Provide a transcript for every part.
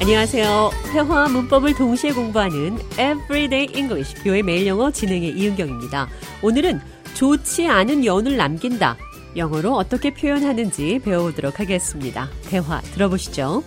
안녕하세요. 회화와 문법을 동시에 공부하는 Everyday English 교의 매일 영어 진행의 이은경입니다. 오늘은 좋지 않은 연을 남긴다. 영어로 어떻게 표현하는지 배워보도록 하겠습니다. 대화 들어보시죠.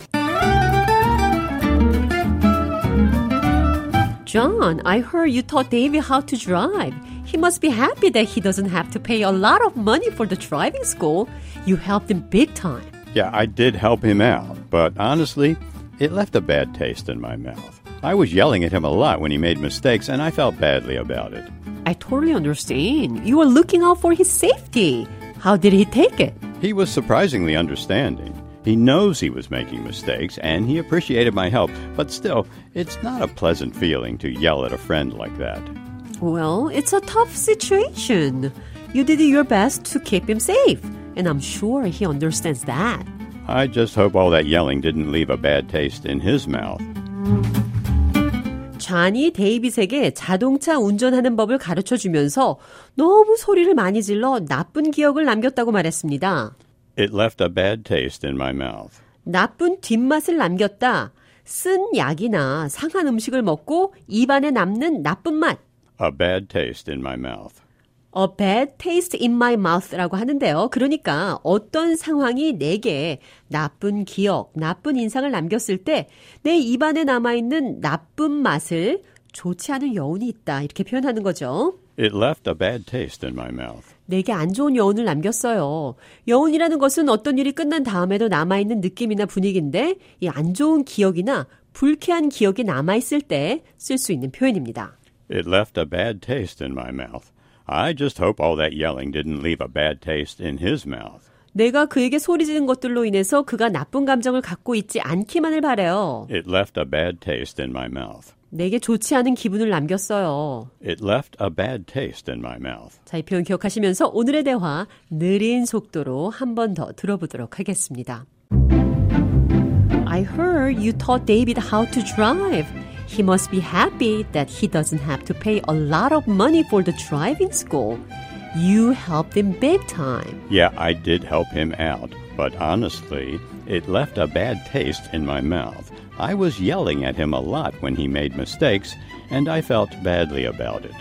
John, I heard you taught David how to drive. He must be happy that he doesn't have to pay a lot of money for the driving school. You helped him big time. Yeah, I did help him out, but honestly, it left a bad taste in my mouth. I was yelling at him a lot when he made mistakes, and I felt badly about it. I totally understand. You were looking out for his safety. How did he take it? He was surprisingly understanding. He knows he was making mistakes, and he appreciated my help, but still, it's not a pleasant feeling to yell at a friend like that. Well, it's a tough situation. You did your best to keep him safe, and I'm sure he understands that. I just hope all that yelling didn't leave a bad taste in his mouth. 잔이 데이빗에게 자동차 운전하는 법을 가르쳐 주면서 너무 소리를 많이 질러 나쁜 기억을 남겼다고 말했습니다. It left a bad taste in my mouth. 나쁜 뒷맛을 남겼다. 쓴 약이나 상한 음식을 먹고 입안에 남는 나쁜 맛. A bad taste in my mouth. A bad taste in my mouth라고 하는데요. 그러니까 어떤 상황이 내게 나쁜 기억, 나쁜 인상을 남겼을 때 내 입안에 남아있는 나쁜 맛을 좋지 않은 여운이 있다. 이렇게 표현하는 거죠. It left a bad taste in my mouth. 내게 안 좋은 여운을 남겼어요. 여운이라는 것은 어떤 일이 끝난 다음에도 남아있는 느낌이나 분위기인데 이 안 좋은 기억이나 불쾌한 기억이 남아있을 때 쓸 수 있는 표현입니다. It left a bad taste in my mouth. I just hope all that yelling didn't leave a bad taste in his mouth. 내가 그에게 소리지른 것들로 인해서 그가 나쁜 감정을 갖고 있지 않기만을 바래요. It left a bad taste in my mouth. 내게 좋지 않은 기분을 남겼어요. It left a bad taste in my mouth. 자, 이 표현 기억하시면서 오늘의 대화 느린 속도로 한 번 더 들어보도록 하겠습니다. I heard you taught David how to drive. He must be happy that he doesn't have to pay a lot of money for the driving school. You helped him big time. Yeah, I did help him out, but honestly, it left a bad taste in my mouth. I was yelling at him a lot when he made mistakes, and I felt badly about it.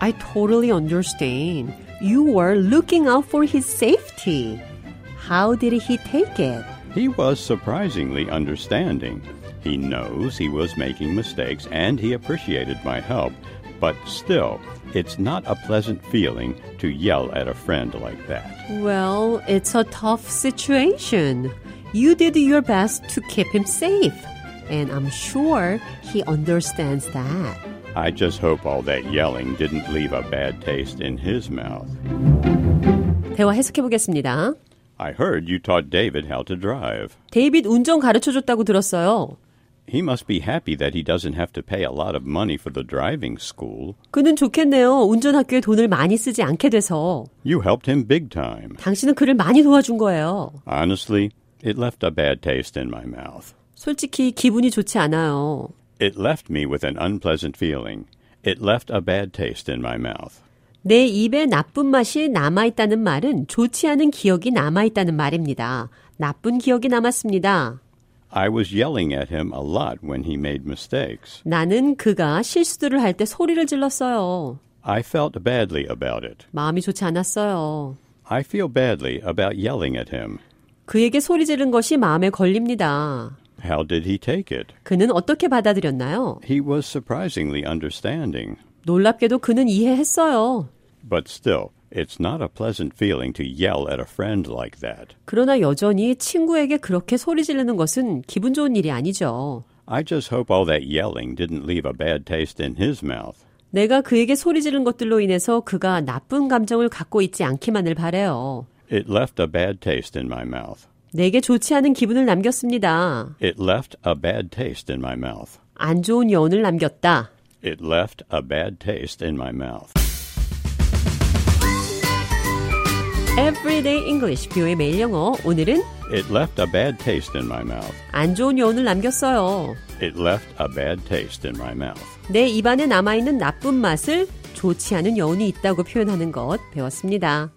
I totally understand. You were looking out for his safety. How did he take it? He was surprisingly understanding. He knows he was making mistakes and he appreciated my help, but still, it's not a pleasant feeling to yell at a friend like that. Well, it's a tough situation. You did your best to keep him safe, and I'm sure he understands that. I just hope all that yelling didn't leave a bad taste in his mouth. 대화 해석해 보겠습니다. I heard you taught David how to drive. 데이빗 운전 가르쳐 줬다고 들었어요. He must be happy that he doesn't have to pay a lot of money for the driving school. 그는 좋겠네요. 운전 학교에 돈을 많이 쓰지 않게 돼서 You helped him big time. 당신은 그를 많이 도와준 거예요. Honestly, it left a bad taste in my mouth. 솔직히 기분이 좋지 않아요. It left me with an unpleasant feeling. It left a bad taste in my mouth. 내 입에 나쁜 맛이 남아있다는 말은 좋지 않은 기억이 남아있다는 말입니다. 나쁜 기억이 남았습니다. I was yelling at him a lot when he made mistakes. 나는 그가 실수들을 할 때 소리를 질렀어요. I felt badly about it. 마음이 좋지 않았어요. I feel badly about yelling at him. 그에게 소리 지른 것이 마음에 걸립니다. How did he take it? 그는 어떻게 받아들였나요? He was surprisingly understanding. 놀랍게도 그는 이해했어요. But still, it's not a pleasant feeling to yell at a friend like that. 그러나 여전히 친구에게 그렇게 소리 지르는 것은 기분 좋은 일이 아니죠. I just hope all that yelling didn't leave a bad taste in his mouth. 내가 그에게 소리 지른 것들로 인해서 그가 나쁜 감정을 갖고 있지 않기만을 바래요. It left a bad taste in my mouth. 내게 좋지 않은 기분을 남겼습니다. It left a bad taste in my mouth. 안 좋은 여운을 남겼다. It left a bad taste in my mouth. Everyday English, 뷰의 매일 영어. 오늘은 It left a bad taste in my mouth. 안 좋은 여운을 남겼어요. It left a bad taste in my mouth. 내 입안에 남아있는 나쁜 맛을 좋지 않은 여운이 있다고 표현하는 것 배웠습니다.